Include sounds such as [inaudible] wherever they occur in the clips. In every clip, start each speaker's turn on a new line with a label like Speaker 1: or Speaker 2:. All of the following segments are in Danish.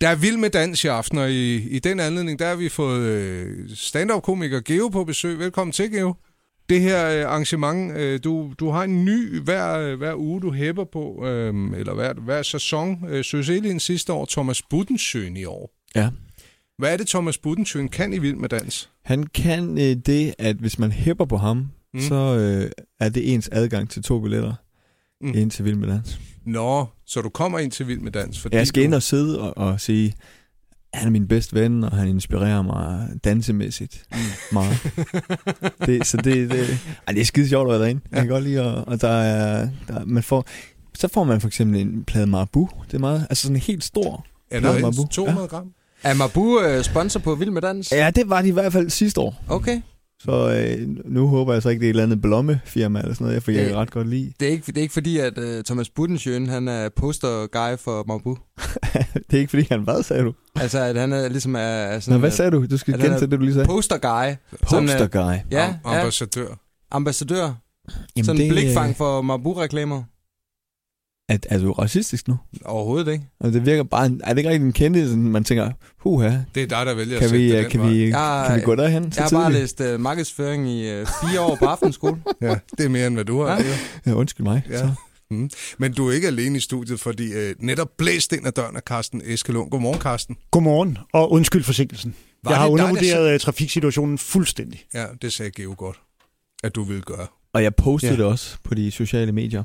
Speaker 1: Der er vild med dans i aften, og i, i den anledning, der har vi fået øh, stand-up-komiker Geo på besøg. Velkommen til, Geo. Det her øh, arrangement, øh, du, du har en ny hver, øh, hver uge, du hæpper på, øh, eller hver, hver sæson. Øh, Søs Elin sidste år, Thomas Buttensøen i år.
Speaker 2: Ja.
Speaker 1: Hvad er det, Thomas Buttensøen kan i Vild med Dans?
Speaker 2: Han kan øh, det, at hvis man hæpper på ham, mm. så øh, er det ens adgang til to billetter
Speaker 1: Mm.
Speaker 2: mm. ind til Vild med Dans.
Speaker 1: Nå, så du kommer ind til Vild med Dans, fordi
Speaker 2: Jeg skal
Speaker 1: du-
Speaker 2: ind og sidde og, og sige, han er min bedste ven, og han inspirerer mig dansemæssigt mm. [laughs] meget. Det, så det, det, ej, det er skide sjovt at være derinde. Jeg kan godt lide, og, og der er, der, man får, så får man for eksempel en plade Marabu. Det er meget, altså sådan en helt stor.
Speaker 1: Er der
Speaker 2: Nå,
Speaker 1: Mabu?
Speaker 2: Mabu.
Speaker 1: 200 gram?
Speaker 3: Er Mabu øh, sponsor på Vild Med Dans?
Speaker 2: Ja, det var de i hvert fald sidste år.
Speaker 3: Okay.
Speaker 2: Så øh, nu håber jeg så ikke, det er et eller andet blommefirma eller sådan noget, for jeg kan ret godt lide.
Speaker 3: Det er ikke, det er ikke fordi, at øh, Thomas Buttensjøen, han er poster guy for Mabu.
Speaker 2: [laughs] Det er ikke fordi, han hvad sagde du?
Speaker 3: Altså, at han er ligesom er, er
Speaker 2: Nå,
Speaker 3: sådan...
Speaker 2: hvad
Speaker 3: øh,
Speaker 2: sagde du? Du skal
Speaker 3: at han er
Speaker 2: gentage det, du lige sagde.
Speaker 3: Poster guy. Sådan, øh,
Speaker 2: Poster guy.
Speaker 3: Ja,
Speaker 1: Am-
Speaker 3: ja,
Speaker 1: ambassadør.
Speaker 3: ambassadør. sådan en
Speaker 2: øh,
Speaker 3: blikfang for Mabu-reklamer.
Speaker 2: Er, er du racistisk nu?
Speaker 3: Overhovedet ikke.
Speaker 2: Og det virker bare... Er det ikke rigtig en kendelse, man tænker, huha,
Speaker 1: Det er dig, der vælger at
Speaker 2: kan
Speaker 1: sætte
Speaker 2: vi,
Speaker 1: det
Speaker 2: øh,
Speaker 1: den
Speaker 2: kan,
Speaker 1: vej.
Speaker 2: vi,
Speaker 3: Jeg-
Speaker 2: kan vi gå derhen så
Speaker 3: Jeg har bare
Speaker 2: tidligt?
Speaker 3: læst øh, markedsføring i øh, fire år på aftenskole.
Speaker 1: Ja, det er mere, end hvad du har.
Speaker 3: Ja.
Speaker 2: [laughs] Ja, undskyld mig.
Speaker 1: Ja.
Speaker 2: Ja. Så.
Speaker 1: Men du er ikke alene i studiet, fordi øh, netop blæst ind ad døren af Carsten Eskelund. Godmorgen, Carsten.
Speaker 4: Godmorgen, og undskyld forsinkelsen.
Speaker 1: Var
Speaker 4: jeg har
Speaker 1: det dig, der
Speaker 4: undervurderet øh, trafiksituationen fuldstændig.
Speaker 1: Ja, det sagde Geo godt, at du ville gøre.
Speaker 2: Og jeg postede
Speaker 4: Ja.
Speaker 2: ja. det også på de sociale medier.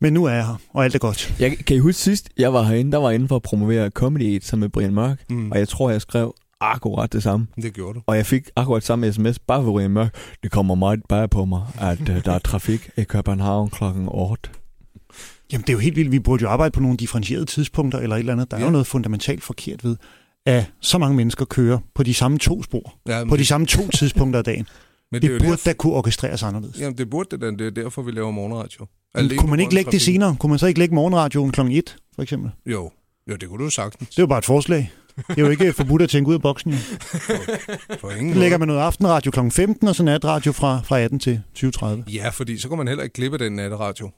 Speaker 4: Men nu er jeg her, og alt er godt.
Speaker 2: Jeg, kan I huske sidst, jeg var herinde, der var jeg inde for at promovere Comedy Aid sammen med Brian Mørk,
Speaker 1: Mm.
Speaker 2: og jeg tror, jeg skrev akkurat det samme.
Speaker 1: Det gjorde du.
Speaker 2: Og jeg fik akkurat samme sms, bare for Brian Mørk. Det kommer meget bag på mig, at øh, der er trafik i København klokken 8.
Speaker 4: Jamen, det er jo helt vildt. Vi burde jo arbejde på nogle differentierede tidspunkter eller et eller andet. Der er
Speaker 1: Ja.
Speaker 4: ja. jo noget fundamentalt forkert ved, at så mange mennesker kører på de samme to spor,
Speaker 1: Ja, men
Speaker 4: på de samme
Speaker 1: [laughs]
Speaker 4: to tidspunkter af dagen.
Speaker 1: men
Speaker 4: Det,
Speaker 1: er jo
Speaker 4: det burde
Speaker 1: derfor,
Speaker 4: da kunne orkestreres anderledes. Ja.
Speaker 1: jamen, det burde det da. Det er derfor, vi laver morgenradio. Alene
Speaker 4: Kunne man
Speaker 1: på
Speaker 4: ikke
Speaker 1: grund af
Speaker 4: lægge det
Speaker 1: trafikken.
Speaker 4: senere? Kunne man så ikke lægge morgenradioen kl. 1, for eksempel?
Speaker 1: Jo. jo, det kunne du sagtens.
Speaker 4: Det er jo bare et forslag. Det er jo ikke forbudt at tænke ud af
Speaker 1: [laughs]
Speaker 4: boksen. Jo. [laughs]
Speaker 1: På ingen
Speaker 4: Så lægger
Speaker 1: måde.
Speaker 4: man noget aftenradio kl. 15, og så natradio fra, fra 18 til 20.30.
Speaker 1: Ja, fordi så kunne man heller ikke klippe den natteradio.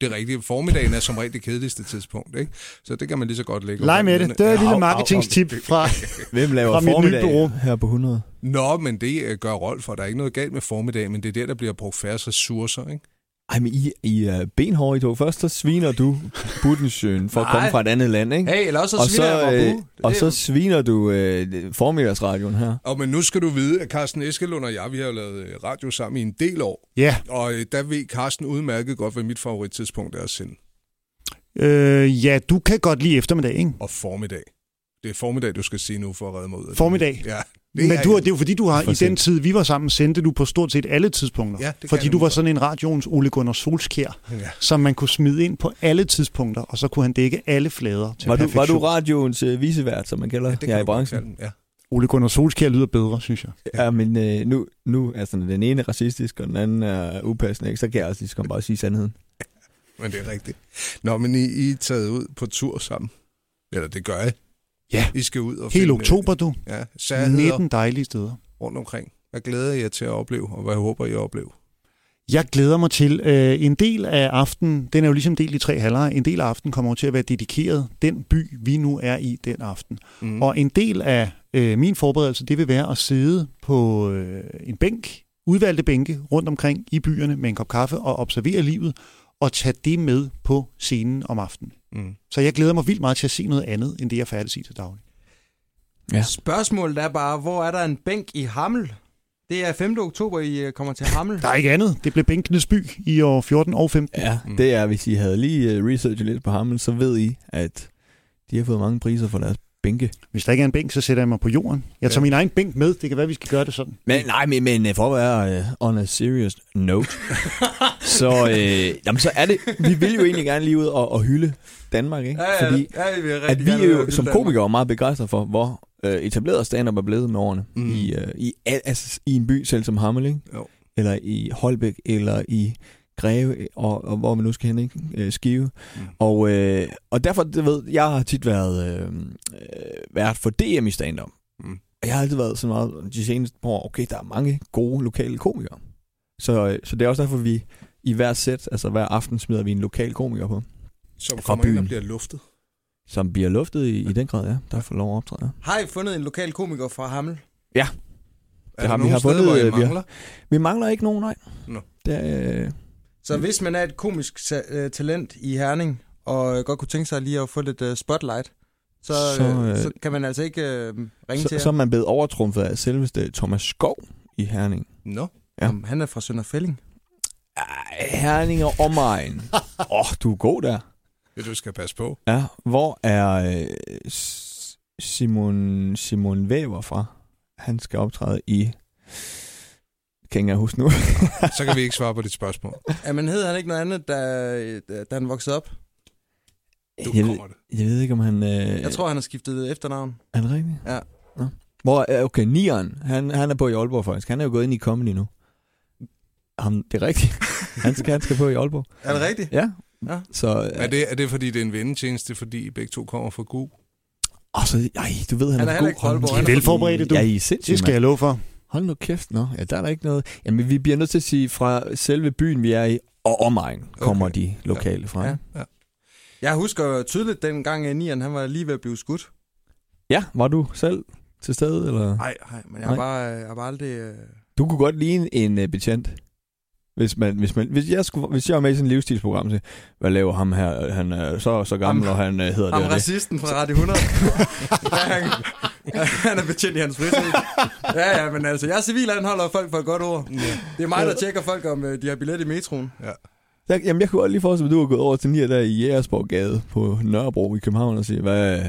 Speaker 1: Det er rigtigt. Formiddagen er som regel det kedeligste tidspunkt, ikke? Så det kan man lige så godt lægge.
Speaker 4: Leg med det. Det er et
Speaker 2: Au, au,
Speaker 4: lille
Speaker 2: au.
Speaker 4: marketingstip fra,
Speaker 1: [laughs]
Speaker 2: Hvem laver
Speaker 4: Fra mit nye
Speaker 2: formiddag
Speaker 4: bureau.
Speaker 2: her på 100?
Speaker 1: Nå, men det øh, gør Rolf, for der er ikke noget galt med formiddagen, men det er der, der bliver brugt færre ressourcer, ikke?
Speaker 2: Ej, men I, I er benhårde i to. Først så sviner du Buttensøen for at komme
Speaker 3: Nej.
Speaker 2: fra et andet land, ikke?
Speaker 3: Hey, eller også så
Speaker 2: og,
Speaker 3: sviner
Speaker 2: så,
Speaker 3: jeg Mabu.
Speaker 2: øh, og
Speaker 3: Det-
Speaker 2: så sviner du øh, formiddagsradioen her.
Speaker 1: Og men nu skal du vide, at Carsten Eskelund og jeg, vi har jo lavet øh, radio sammen i en del år.
Speaker 4: Ja,
Speaker 1: Og øh, der ved Carsten udmærket godt, hvad mit favorittidspunkt er at sende.
Speaker 4: øh, ja, du kan godt lide eftermiddag, ikke?
Speaker 1: Og formiddag. Det er formiddag, du skal sige nu for at redde mig ud af det.
Speaker 4: Formiddag.
Speaker 1: Ja.
Speaker 4: Det Men
Speaker 1: er
Speaker 4: du,
Speaker 1: jeg.
Speaker 4: har- det er jo fordi, du har
Speaker 2: For
Speaker 4: i den
Speaker 2: sent.
Speaker 4: tid, vi var sammen, sendte du på stort set alle tidspunkter.
Speaker 1: Ja, det kan
Speaker 4: fordi
Speaker 1: jeg
Speaker 4: du var
Speaker 1: nemlig
Speaker 4: sådan en radioens Ole Gunnar Solskjær,
Speaker 1: Ja.
Speaker 4: som man kunne smide ind på alle tidspunkter, og så kunne han dække alle flader til
Speaker 2: Var du, var
Speaker 4: perfektion.
Speaker 2: du radioens øh, visevært, som man kalder
Speaker 1: Ja,
Speaker 2: ja,
Speaker 1: det kan
Speaker 2: her
Speaker 1: du
Speaker 2: i
Speaker 1: godt
Speaker 2: branchen?
Speaker 1: kalde den, Ja.
Speaker 4: Ole Gunnar Solskjær lyder bedre, synes jeg.
Speaker 2: Ja, men øh, nu, nu er sådan, den ene racistisk, og den anden er upassende, ikke? så kan jeg også lige så godt bare sige sandheden.
Speaker 1: Men det er rigtigt. Nå, men I, I er taget ud på tur sammen. Eller det gør jeg.
Speaker 4: Ja.
Speaker 1: I skal ud og
Speaker 4: Hele
Speaker 1: finde,
Speaker 4: oktober, du.
Speaker 1: øh, Ja, særheder
Speaker 4: 19 dejlige steder.
Speaker 1: rundt omkring. Hvad glæder jeg til at opleve, og hvad håber I at opleve?
Speaker 4: Jeg glæder mig til øh, en del af aftenen. Den er jo ligesom delt i tre halvleje. En del af aftenen kommer jo til at være dedikeret den by, vi nu er i den aften.
Speaker 1: Mm.
Speaker 4: Mm. Og en del af øh, min forberedelse, det vil være at sidde på øh, en bænk, udvalgte bænke rundt omkring i byerne med en kop kaffe og observere livet og tage det med på scenen om aftenen.
Speaker 1: Mm.
Speaker 4: Så jeg glæder mig vildt meget til at se noget andet, end det jeg færdes i til daglig.
Speaker 2: Ja.
Speaker 3: Spørgsmålet er bare, hvor er der en bænk i Hammel? Det er 5. oktober, I øh, kommer til Hammel.
Speaker 4: Der er ikke andet. Det blev bænkenes by i år 14 og 15.
Speaker 2: Ja,
Speaker 1: Mm.
Speaker 2: mm. det er, hvis I havde lige øh, researchet lidt på ham, så ved I, at de har fået mange priser for deres bænke.
Speaker 4: Hvis der ikke er en bænk, så sætter jeg mig på jorden. Jeg tager
Speaker 1: Ja.
Speaker 4: min egen bænk med. Det kan være, vi skal gøre det sådan.
Speaker 2: Men nej, men, men øh, for at være øh, on a serious note,
Speaker 3: [laughs]
Speaker 2: så, øh, jamen, så er det, vi vil jo egentlig gerne lige ud og, og hylde Danmark, ikke? Fordi
Speaker 3: ja, vi er
Speaker 2: at vi er jo som komikere er meget begejstrede for, hvor øh, etableret stand-up er blevet med årene.
Speaker 1: Mm.
Speaker 2: Mm. I, øh, i, al, altså, I en by selv som Hammel, ikke?
Speaker 1: Jo.
Speaker 2: eller i Holbæk, eller i Greve, og, og hvor man nu skal hen, ikke? Øh, Skive.
Speaker 1: Mm.
Speaker 2: Mm. Og, øh, og derfor, du ved, jeg har tit været, øh, øh, været for DM i stand-up.
Speaker 1: Mm.
Speaker 2: Mm. Og jeg har altid været sådan meget de seneste par år, okay, der er mange gode lokale komikere. Så, øh, så det er også derfor, vi i hver sæt, altså hver aften, smider vi en lokal komiker på.
Speaker 1: Som
Speaker 2: Fra
Speaker 1: kommer ind og
Speaker 2: byen.
Speaker 1: bliver luftet.
Speaker 2: som bliver luftet i, i den grad, ja. Der får lov at optræde.
Speaker 3: Har I fundet en lokal komiker fra Hammel?
Speaker 1: Er
Speaker 2: har
Speaker 1: der
Speaker 2: vi-
Speaker 1: nogle
Speaker 2: har
Speaker 1: steder,
Speaker 2: fundet,
Speaker 1: hvor I
Speaker 2: øh, vi har-
Speaker 1: mangler?
Speaker 2: Vi mangler ikke nogen, nej.
Speaker 1: Nå.
Speaker 2: Det, er, øh,
Speaker 3: Så hvis man er et komisk sa- øh, talent i Herning, og øh, godt kunne tænke sig lige at få lidt øh, spotlight, så,
Speaker 2: Så,
Speaker 3: så,
Speaker 2: øh,
Speaker 3: øh, så kan man altså ikke øh, ringe
Speaker 2: så,
Speaker 3: til
Speaker 2: så
Speaker 3: så,
Speaker 2: er man blevet overtrumpet af selveste Thomas Skov i Herning.
Speaker 1: Nå.
Speaker 2: ja.
Speaker 3: ham. Han er fra [laughs] Sønderfælling.
Speaker 2: Ej, Herning og omegn. Åh, oh, du er god der.
Speaker 1: Ja, du skal passe på.
Speaker 2: Ja, hvor er øh, S- Simon, Simon Væver fra? Han skal optræde i... Kan ikke engang huske nu.
Speaker 1: Så kan vi ikke svare på dit spørgsmål.
Speaker 3: Ja, men hed han ikke noget andet, da, øh, da da han voksede op?
Speaker 1: Du
Speaker 2: jeg, ved,
Speaker 1: kommer det.
Speaker 2: jeg ved ikke, om han... Øh,
Speaker 3: Jeg tror, han har skiftet efternavn.
Speaker 2: Er det rigtigt?
Speaker 3: Ja.
Speaker 2: Nå. Hvor er, okay, Nieren, han, han er på i Aalborg faktisk. Han er jo gået ind i comedy nu. Ham, det er rigtigt. Han skal, han skal på i Aalborg.
Speaker 3: Er det rigtigt?
Speaker 2: Ja.
Speaker 3: Ja.
Speaker 2: Så, øh,
Speaker 1: Er det, er det, fordi det er en vendetjeneste, fordi I begge to kommer fra Gu?
Speaker 2: Og så, ej, du ved, han,
Speaker 3: Han er
Speaker 2: er
Speaker 3: heller
Speaker 2: god.
Speaker 3: ikke fra Aalborg.
Speaker 2: hånd-
Speaker 3: Han
Speaker 4: er velforberedte, du.
Speaker 2: Ja, I er
Speaker 4: [laughs] Det
Speaker 2: sindssygt,
Speaker 4: skal
Speaker 2: mand.
Speaker 4: jeg love for.
Speaker 2: Hold nu kæft, nå. Ja, der er der ikke noget. Jamen, vi bliver nødt til at sige, fra selve byen, vi er i, og omegn, kommer
Speaker 1: Okay.
Speaker 2: de lokale fra. Ja.
Speaker 3: Ja. Jeg husker tydeligt dengang, at Nian han var lige ved at blive skudt.
Speaker 2: ja, var du selv til stede, eller?
Speaker 3: Nej, nej, men jeg
Speaker 2: Nej.
Speaker 3: har bare, jeg har bare aldrig... Øh...
Speaker 2: Du kunne godt ligne en uh, betjent. Hvis, man, hvis, man, hvis, jeg skulle, hvis jeg var med i sådan et livsstilsprogram, så hvad laver ham her? Han er så og så gammel,
Speaker 3: Ham-
Speaker 2: og han uh, hedder
Speaker 3: Ham
Speaker 2: det og det.
Speaker 3: racisten fra Radio 100.
Speaker 4: [laughs]
Speaker 3: ja, han, han er betjent i hans fritid. Ja, ja, men altså, jeg er civilanholder folk for et godt ord. Det er mig, der tjekker folk, om øh, de har billet i metroen.
Speaker 2: Jeg, jamen, jeg kunne godt lige forestille mig, at du var gået over til Nier der i Jægersborg Gade på Nørrebro i København og sige, hvad,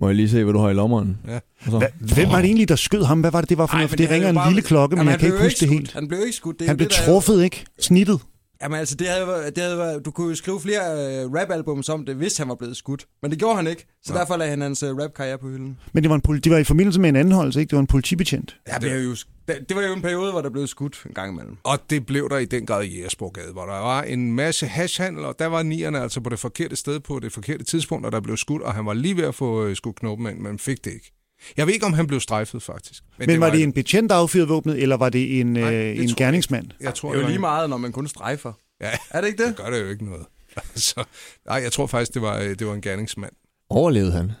Speaker 2: må jeg lige se, hvad du har i lommeren?
Speaker 1: Ja.
Speaker 2: Og så,
Speaker 4: Hva, hvem var det egentlig, der skød ham? Hvad var det, det var for
Speaker 3: Ej,
Speaker 4: noget? For
Speaker 3: men
Speaker 4: det
Speaker 3: det
Speaker 4: ringer
Speaker 3: er jo
Speaker 4: en
Speaker 3: bare-
Speaker 4: lille klokke, men
Speaker 3: Jamen,
Speaker 4: jeg kan ikke
Speaker 3: blev
Speaker 4: huske det
Speaker 3: skudt.
Speaker 4: helt.
Speaker 3: Han blev ikke skudt. Det er
Speaker 4: Han
Speaker 3: jo
Speaker 4: blev
Speaker 3: det, der er-
Speaker 4: truffet, ikke? Snittet.
Speaker 3: Jamen altså, det havde, været- det havde, været- du kunne jo skrive flere øh, rap-albums om det, hvis han var blevet skudt. Men det gjorde han ikke, så
Speaker 1: Nej.
Speaker 3: derfor lagde han hans øh, rap-karriere på hylden.
Speaker 4: Men det var, en poli- det var i forbindelse med en anholdelse, ikke? Det var en politibetjent.
Speaker 3: Jeg blev jo, sk- det, det var jo en periode, hvor der blev skudt en gang imellem.
Speaker 1: Og det blev der i den grad i Jægersborggade, hvor der var en masse hashhandel, og der var nierne altså på det forkerte sted på det forkerte tidspunkt, og der blev skudt, og han var lige ved at få øh, skudt knoppen ind, men fik det ikke. Jeg ved ikke, om han blev strejfet, faktisk.
Speaker 4: Men det var det en betjent, der affyrede våbnet, eller var det en,
Speaker 1: Nej,
Speaker 4: Nej,
Speaker 1: det
Speaker 4: det
Speaker 1: tror jeg
Speaker 4: en
Speaker 1: ikke.
Speaker 4: gerningsmand?
Speaker 1: Jeg tror,
Speaker 3: Det er jo
Speaker 1: var
Speaker 3: lige
Speaker 1: en-
Speaker 3: meget, når man kun strejfer.
Speaker 1: Ja.
Speaker 3: Er det ikke det?
Speaker 1: Det gør det jo ikke noget. [laughs] Så, nej, jeg tror faktisk, det var, øh, det var en gerningsmand.
Speaker 2: overlevede han?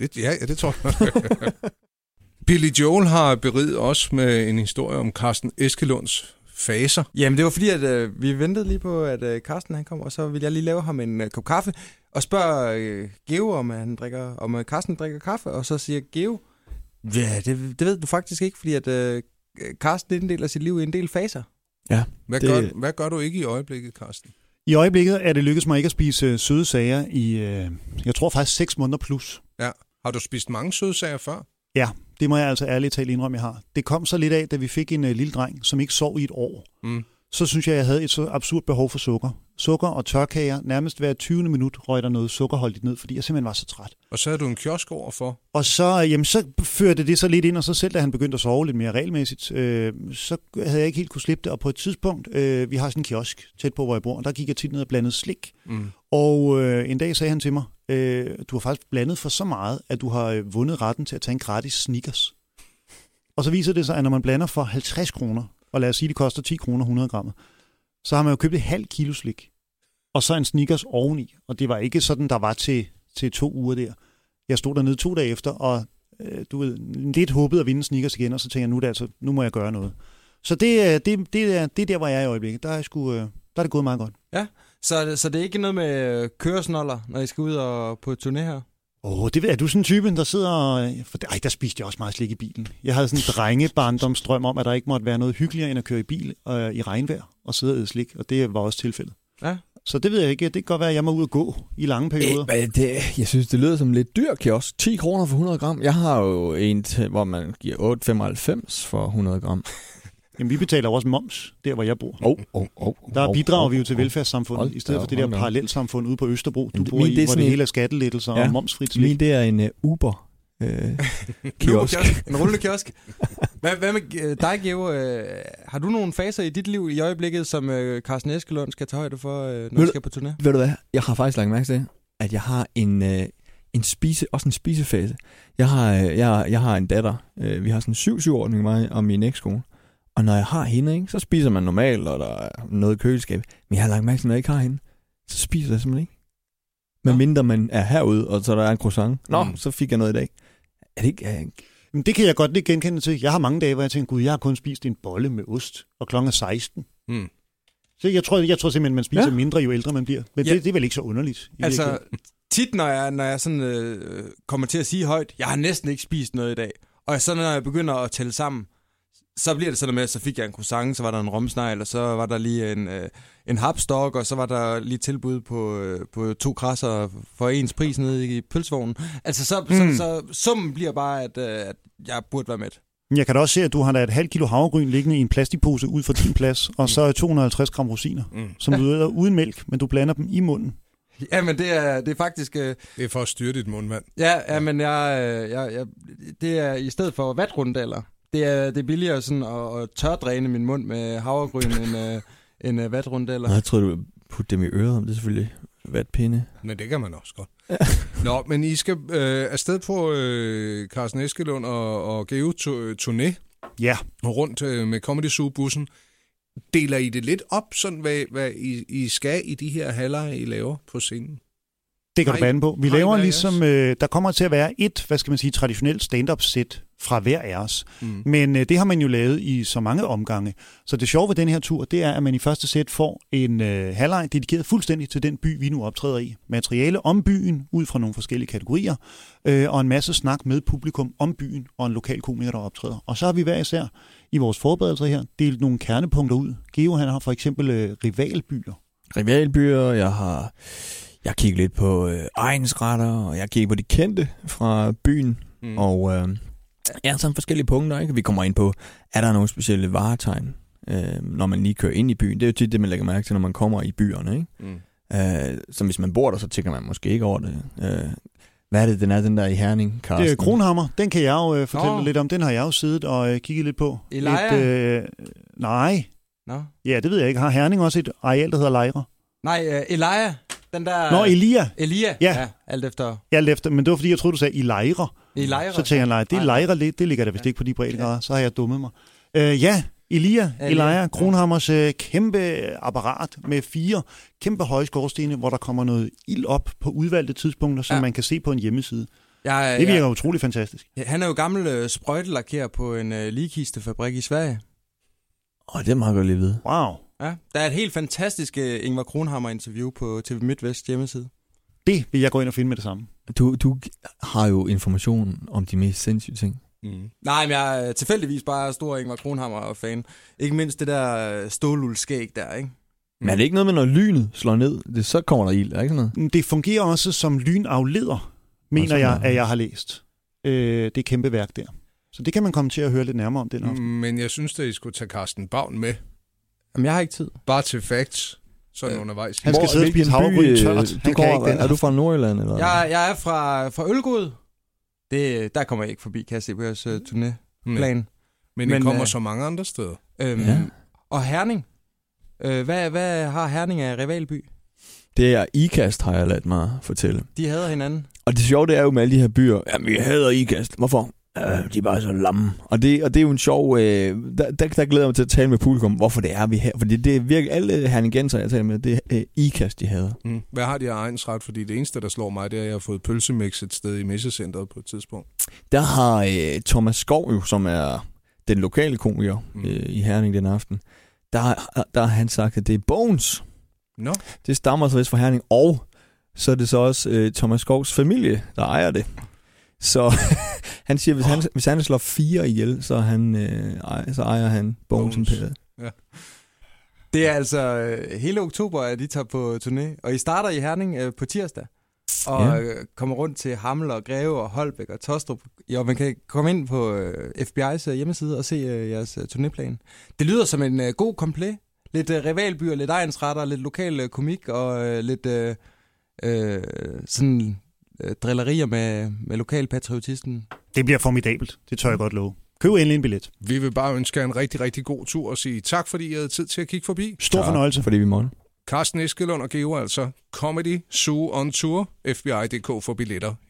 Speaker 1: Det, ja, ja, det tror jeg. [laughs]
Speaker 2: [laughs]
Speaker 1: Billy Joel har beriget os med en historie om Carsten Eskelunds faser.
Speaker 3: Jamen, det var fordi, at øh, vi ventede lige på, at øh, Carsten han kom, og så ville jeg lige lave ham en øh, kop kaffe, og spørge øh, Geo, om, han drikker, om øh, Carsten drikker kaffe, og så siger Geo, ja, det, det ved du faktisk ikke, fordi at øh, Carsten inddeler sit liv i en del faser.
Speaker 1: Hvad, det...
Speaker 2: Det-
Speaker 1: gør, hvad gør du ikke i øjeblikket, Carsten?
Speaker 4: I øjeblikket er det lykkedes mig ikke at spise øh, søde sager i, øh, jeg tror faktisk 6 måneder plus.
Speaker 1: Har du spist mange sødsager før?
Speaker 4: Det må jeg altså ærligt talt indrømme, jeg har. Det kom så lidt af, da vi fik en øh, lille dreng, som ikke sov i et år.
Speaker 1: Mm.
Speaker 4: Så synes jeg, jeg havde et så absurd behov for sukker. Sukker og tørkager, nærmest hver 20. minut røg der noget sukkerholdigt ned, fordi jeg simpelthen var så træt.
Speaker 1: Og så havde du en kiosk overfor.
Speaker 4: Og så, øh, jamen, så førte det så lidt ind, og så selv da han begyndte at sove lidt mere regelmæssigt, øh, så havde jeg ikke helt kunne slippe det. Og på et tidspunkt, øh, vi har sådan en kiosk tæt på, hvor jeg bor, og der gik jeg tit ned og blandede slik.
Speaker 1: Mm.
Speaker 4: Og øh, en dag sagde han til mig, øh, du har faktisk blandet for så meget, at du har øh, vundet retten til at tage en gratis sneakers. Og så viser det sig, at når man blander for 50 kroner, og lad os sige, det koster 10 kroner 100 gram, så har man jo købt et halvt kilo slik, og så en sneakers oveni. Og det var ikke sådan, der var til, til to uger der. Jeg stod dernede to dage efter, og øh, du ved, lidt håbede at vinde sneakers igen, og så tænkte jeg, nu, er det altså, nu må jeg gøre noget. Så det, øh, det, det, er, det er der, hvor jeg er i øjeblikket. Der er, jeg sgu, øh, der er det gået meget godt.
Speaker 3: Så, er det- så det er ikke noget med øh, køresnoller, når I skal ud og på et turné her?
Speaker 4: Åh, oh, det ved jeg. Er du sådan en type, der sidder og... øh, For, ej, der spiste jeg også meget slik i bilen. Jeg havde sådan en drengebarndomsdrøm om, at der ikke måtte være noget hyggeligere, end at køre i bil øh, i regnvejr og sidde og æde slik. Og det var også tilfældet.
Speaker 3: Ja.
Speaker 4: Så det ved jeg ikke. Det kan godt være, at jeg må ud og gå i lange perioder.
Speaker 2: Øh, men det, jeg synes, det lyder som en lidt dyr kiosk. 10 kroner for 100 gram. Jeg har jo en, til, hvor man giver 8,95 for 100 gram.
Speaker 4: Jamen, vi betaler jo også moms, der hvor jeg bor.
Speaker 2: Oh, oh, oh,
Speaker 4: Der bidrager vi jo til velfærdssamfundet,
Speaker 2: Hold
Speaker 4: i stedet
Speaker 2: da
Speaker 4: for
Speaker 2: op,
Speaker 4: det der
Speaker 2: hold da op.
Speaker 4: parallelsamfund ude på Østerbro, du
Speaker 2: Jamen, det-
Speaker 4: bor
Speaker 2: min, det er
Speaker 4: i, hvor
Speaker 2: sådan
Speaker 4: det
Speaker 2: en-
Speaker 4: hele er skattelettelser
Speaker 2: Ja.
Speaker 4: og momsfrit slik.
Speaker 2: Min, det er en uh, Uber. Øh, kiosk.
Speaker 3: En rullende kiosk. Hvad, hvad med øh, dig, Geo? Øh, har du nogle faser i dit liv i øjeblikket, som øh, Carsten Eskelund skal tage højde for, øh, når
Speaker 2: Vil-
Speaker 3: du skal på turné?
Speaker 2: Ved du hvad? Jeg har faktisk lagt mærke til, at jeg har en, øh, en spise, også en spisefase. Jeg har, øh, jeg, jeg har en datter. Øh, vi har sådan en 7-7-ordning, mig og min ekskone. Og når jeg har hende, ikke, så spiser man normalt, og der er noget i køleskabet. Men jeg har lagt mærke til, at når jeg ikke har hende, så spiser jeg simpelthen ikke. Med
Speaker 1: Nå.
Speaker 2: mindre man er herude, og så der er en croissant. Nå,
Speaker 1: Mm.
Speaker 2: mm. så fik jeg noget i dag. Er det ikke... øh, Er,
Speaker 4: Men det kan jeg godt lidt genkende til. Jeg har mange dage, hvor jeg tænker, gud, jeg har kun spist en bolle med ost, og klokken er 16.
Speaker 1: Mm.
Speaker 4: Så jeg tror, jeg tror simpelthen, man spiser
Speaker 2: Ja.
Speaker 4: ja. mindre, jo ældre man bliver. Men
Speaker 3: Ja.
Speaker 4: ja. det, det er vel ikke så underligt. i
Speaker 3: Altså,
Speaker 4: virkeligheden. [laughs]
Speaker 3: tit når jeg, når jeg sådan, øh, kommer til at sige højt, jeg har næsten ikke spist noget i dag, og så når jeg begynder at tælle sammen, så bliver det sådan noget med, at så fik jeg en croissant, så var der en romsnegl, og så var der lige en, øh, en hapstok, og så var der lige tilbud på, øh, på to krasser for ens pris nede i pølsevognen. Altså, så, mm.
Speaker 4: Mm.
Speaker 3: så, så summen bliver bare, at, øh, at jeg burde være med.
Speaker 4: Men Jeg kan da også se, at du har da et halvt kilo havregryn liggende i en plastikpose ud for din
Speaker 1: [laughs]
Speaker 4: plads, og
Speaker 1: Hmm.
Speaker 4: så 250 gram rosiner,
Speaker 1: Mm.
Speaker 4: som du æder uden mælk, men du blander dem i munden.
Speaker 3: Jamen, det er, det er faktisk... Øh,
Speaker 1: Det er for at styre dit mundvand.
Speaker 3: Ja, ja, men jeg, øh, jeg, jeg, det er i stedet for vatrundaller. Det er, det er billigere sådan at, at tørdræne min mund med havregryn end, øh, end øh, vatrundaller.
Speaker 2: Nå, jeg tror du ville putte dem i øret, om det er selvfølgelig [laughs] vatpinde.
Speaker 1: Men det kan man også godt. Nå, men I skal øh, afsted på øh, Carsten Eskelund og, og Geo tu- turné
Speaker 4: Ja,
Speaker 1: rundt øh, med Comedy Zoo-bussen. Deler I det lidt op, sådan hvad, hvad I, I skal i de her haller, I laver på scenen?
Speaker 4: det kan
Speaker 1: Nej.
Speaker 4: du bande på. Vi
Speaker 1: Nej,
Speaker 4: laver
Speaker 1: nej,
Speaker 4: ligesom, øh, der kommer til at være et, hvad skal man sige, traditionelt stand-up-sæt fra hver af os.
Speaker 1: Mm.
Speaker 4: Men øh, det har man jo lavet i så mange omgange. Så det sjove ved den her tur, det er, at man i første sæt får en øh, halvleg dedikeret fuldstændig til den by, vi nu optræder i. Materiale om byen, ud fra nogle forskellige kategorier, øh, og en masse snak med publikum om byen og en lokal komiker, der optræder. Og så har vi hver især i vores forberedelser her delt nogle kernepunkter ud. Geo han har for eksempel øh, rivalbyer.
Speaker 2: Rivalbyer, jeg har... Jeg kigger lidt på øh, egensretter, og jeg kigger på de kendte fra byen.
Speaker 1: Mm.
Speaker 2: Og øh, ja, sådan forskellige punkter, ikke? Vi kommer ind på, er der nogle specielle varetegn, øh, når man lige kører ind i byen? Det er jo tit det, man lægger mærke til, når man kommer i byerne, ikke?
Speaker 1: Mm.
Speaker 2: Øh, så hvis man bor der, så tænker man måske ikke over det. Øh, hvad er det, den er, den der i Herning, Karsten?
Speaker 4: Det er Kronhammer, den kan jeg jo øh, fortælle
Speaker 3: Nå.
Speaker 4: lidt om. Den har jeg jo siddet og øh, kigget lidt på.
Speaker 3: I Lejre?
Speaker 4: øh, nej,
Speaker 3: Nå.
Speaker 4: ja, det ved jeg ikke. Har Herning også et areal, der hedder Lejre?
Speaker 3: Nej, øh, Elia. Den der...
Speaker 4: Nå, Elia.
Speaker 3: Elia.
Speaker 4: Ja.
Speaker 3: ja. Alt efter
Speaker 4: Jeg lefte, men det var fordi, jeg troede, du sagde i lejre.
Speaker 3: Elia.
Speaker 4: Så tænkte jeg, nej, det er
Speaker 3: Nej.
Speaker 4: lejre, det det ligger der vist ikke på de breddegrader. Så har jeg dummet mig. Øh, ja, Elia,
Speaker 3: Ja, Elia.
Speaker 4: Elia, Kronhammers øh, kæmpe apparat med fire kæmpe høje skorstene, hvor der kommer noget ild op på udvalgte tidspunkter, som
Speaker 3: Ja.
Speaker 4: man kan se på en hjemmeside.
Speaker 3: jeg,
Speaker 4: Det virker utrolig fantastisk.
Speaker 3: Jeg, han er jo gammel øh, sprøjtelakerer på en øh, ligkistefabrik i Sverige.
Speaker 2: Åh, oh, det er meget godt lige at vide.
Speaker 4: Wow.
Speaker 3: Ja. Der er et helt fantastisk øh, Ingvar Kronhammer-interview på TV MidtVest hjemmeside.
Speaker 4: Det vil jeg gå ind og finde med det samme.
Speaker 2: Du, du har jo information om de mest sindssyge ting.
Speaker 1: Mm.
Speaker 3: Nej, men jeg er tilfældigvis bare stor Ingvar Kronhammer-fan. Ikke mindst det der øh, stålulskæg der, ikke?
Speaker 2: Men
Speaker 4: Mm.
Speaker 2: er det ikke noget med, når lynet slår ned, det, så kommer der ild, er det ikke sådan noget?
Speaker 4: Det fungerer også som lynafleder, mener
Speaker 2: sådan
Speaker 4: jeg,
Speaker 2: noget.
Speaker 4: at jeg har læst. Øh, det kæmpe værk der. Så det kan man komme til at høre lidt nærmere om den
Speaker 3: Mm.
Speaker 4: aften.
Speaker 1: Mm, Men jeg synes, at I skulle tage Carsten Bavn med.
Speaker 3: Jamen, jeg har ikke tid.
Speaker 1: Bare til facts, sådan
Speaker 3: Øh,
Speaker 1: undervejs.
Speaker 4: han skal
Speaker 2: Hvor-
Speaker 4: sidde og
Speaker 2: hvilken
Speaker 4: spise havregryn
Speaker 2: by, øh,
Speaker 4: tørt.
Speaker 2: Du
Speaker 4: Han kan
Speaker 2: går,
Speaker 4: ikke den
Speaker 2: er du
Speaker 4: aften.
Speaker 2: fra Nordjylland, eller?
Speaker 3: Jeg, jeg er fra, fra Ølgod. Det, der kommer jeg ikke forbi, kan jeg se på jeres uh, turnéplan.
Speaker 1: men, men I
Speaker 3: men,
Speaker 1: kommer
Speaker 3: øh,
Speaker 1: så mange andre steder.
Speaker 3: Øhm,
Speaker 2: Ja.
Speaker 3: ja. Og Herning. Øh, hvad, hvad har Herning af rivalby?
Speaker 2: Det er IKAST, har jeg ladt mig fortælle.
Speaker 3: De hader hinanden.
Speaker 2: Og det sjove, det er jo med alle de her byer, jamen vi hader IKAST, hvorfor? Øh, de er bare så lamme. Og det, og det er jo en sjov, øh, der, der, der glæder jeg mig til at tale med publikum, hvorfor det er vi her. Fordi det er virkelig, alle herningenser, jeg taler med, det er øh, IKAST, de hader.
Speaker 1: Mm. Hvad har de af egensret? Fordi det eneste, der slår mig, det er, at jeg har fået pølsemix et sted i messecenteret på et tidspunkt.
Speaker 2: Der har øh, Thomas Skov jo, som er den lokale komiker
Speaker 1: Mm.
Speaker 2: mm. øh, i Herning den aften, der, der har han sagt, at det er Bones.
Speaker 1: Nå.
Speaker 2: Det stammer så vist fra Herning, og så er det så også øh, Thomas Skovs familie, der ejer det. Så [laughs] han siger, hvis han, hvis han slår fire ihjel, så, er han, øh, ej, så ejer han Bones.
Speaker 1: Bones.
Speaker 2: Imperiet.
Speaker 3: Det er altså øh, hele oktober, at de tager på turné. Og I starter i Herning øh, på tirsdag. Og
Speaker 2: Ja.
Speaker 3: ja. øh, kommer rundt til Hamel og Greve og Holbæk og Tostrup. Ja, og man kan komme ind på øh, FBI's øh, hjemmeside og se øh, jeres øh, turnéplan. Det lyder som en øh, god komplet. Lidt øh, rivalbyer, lidt egensretter, lidt lokal øh, komik og øh, lidt øh, øh, sådan øh, drillerier med, med lokalpatriotisten.
Speaker 4: Det bliver formidabelt. Det
Speaker 3: Mm.
Speaker 4: tør jeg godt love. Køb endelig en billet.
Speaker 1: Vi vil bare ønske jer en rigtig, rigtig god tur og sige tak, fordi I havde tid til at kigge forbi.
Speaker 4: Stor fornøjelse.
Speaker 2: Fordi vi måtte.
Speaker 1: Carsten Eskelund og Geo altså Comedy Zoo on Tour. FBI.dk for billetter.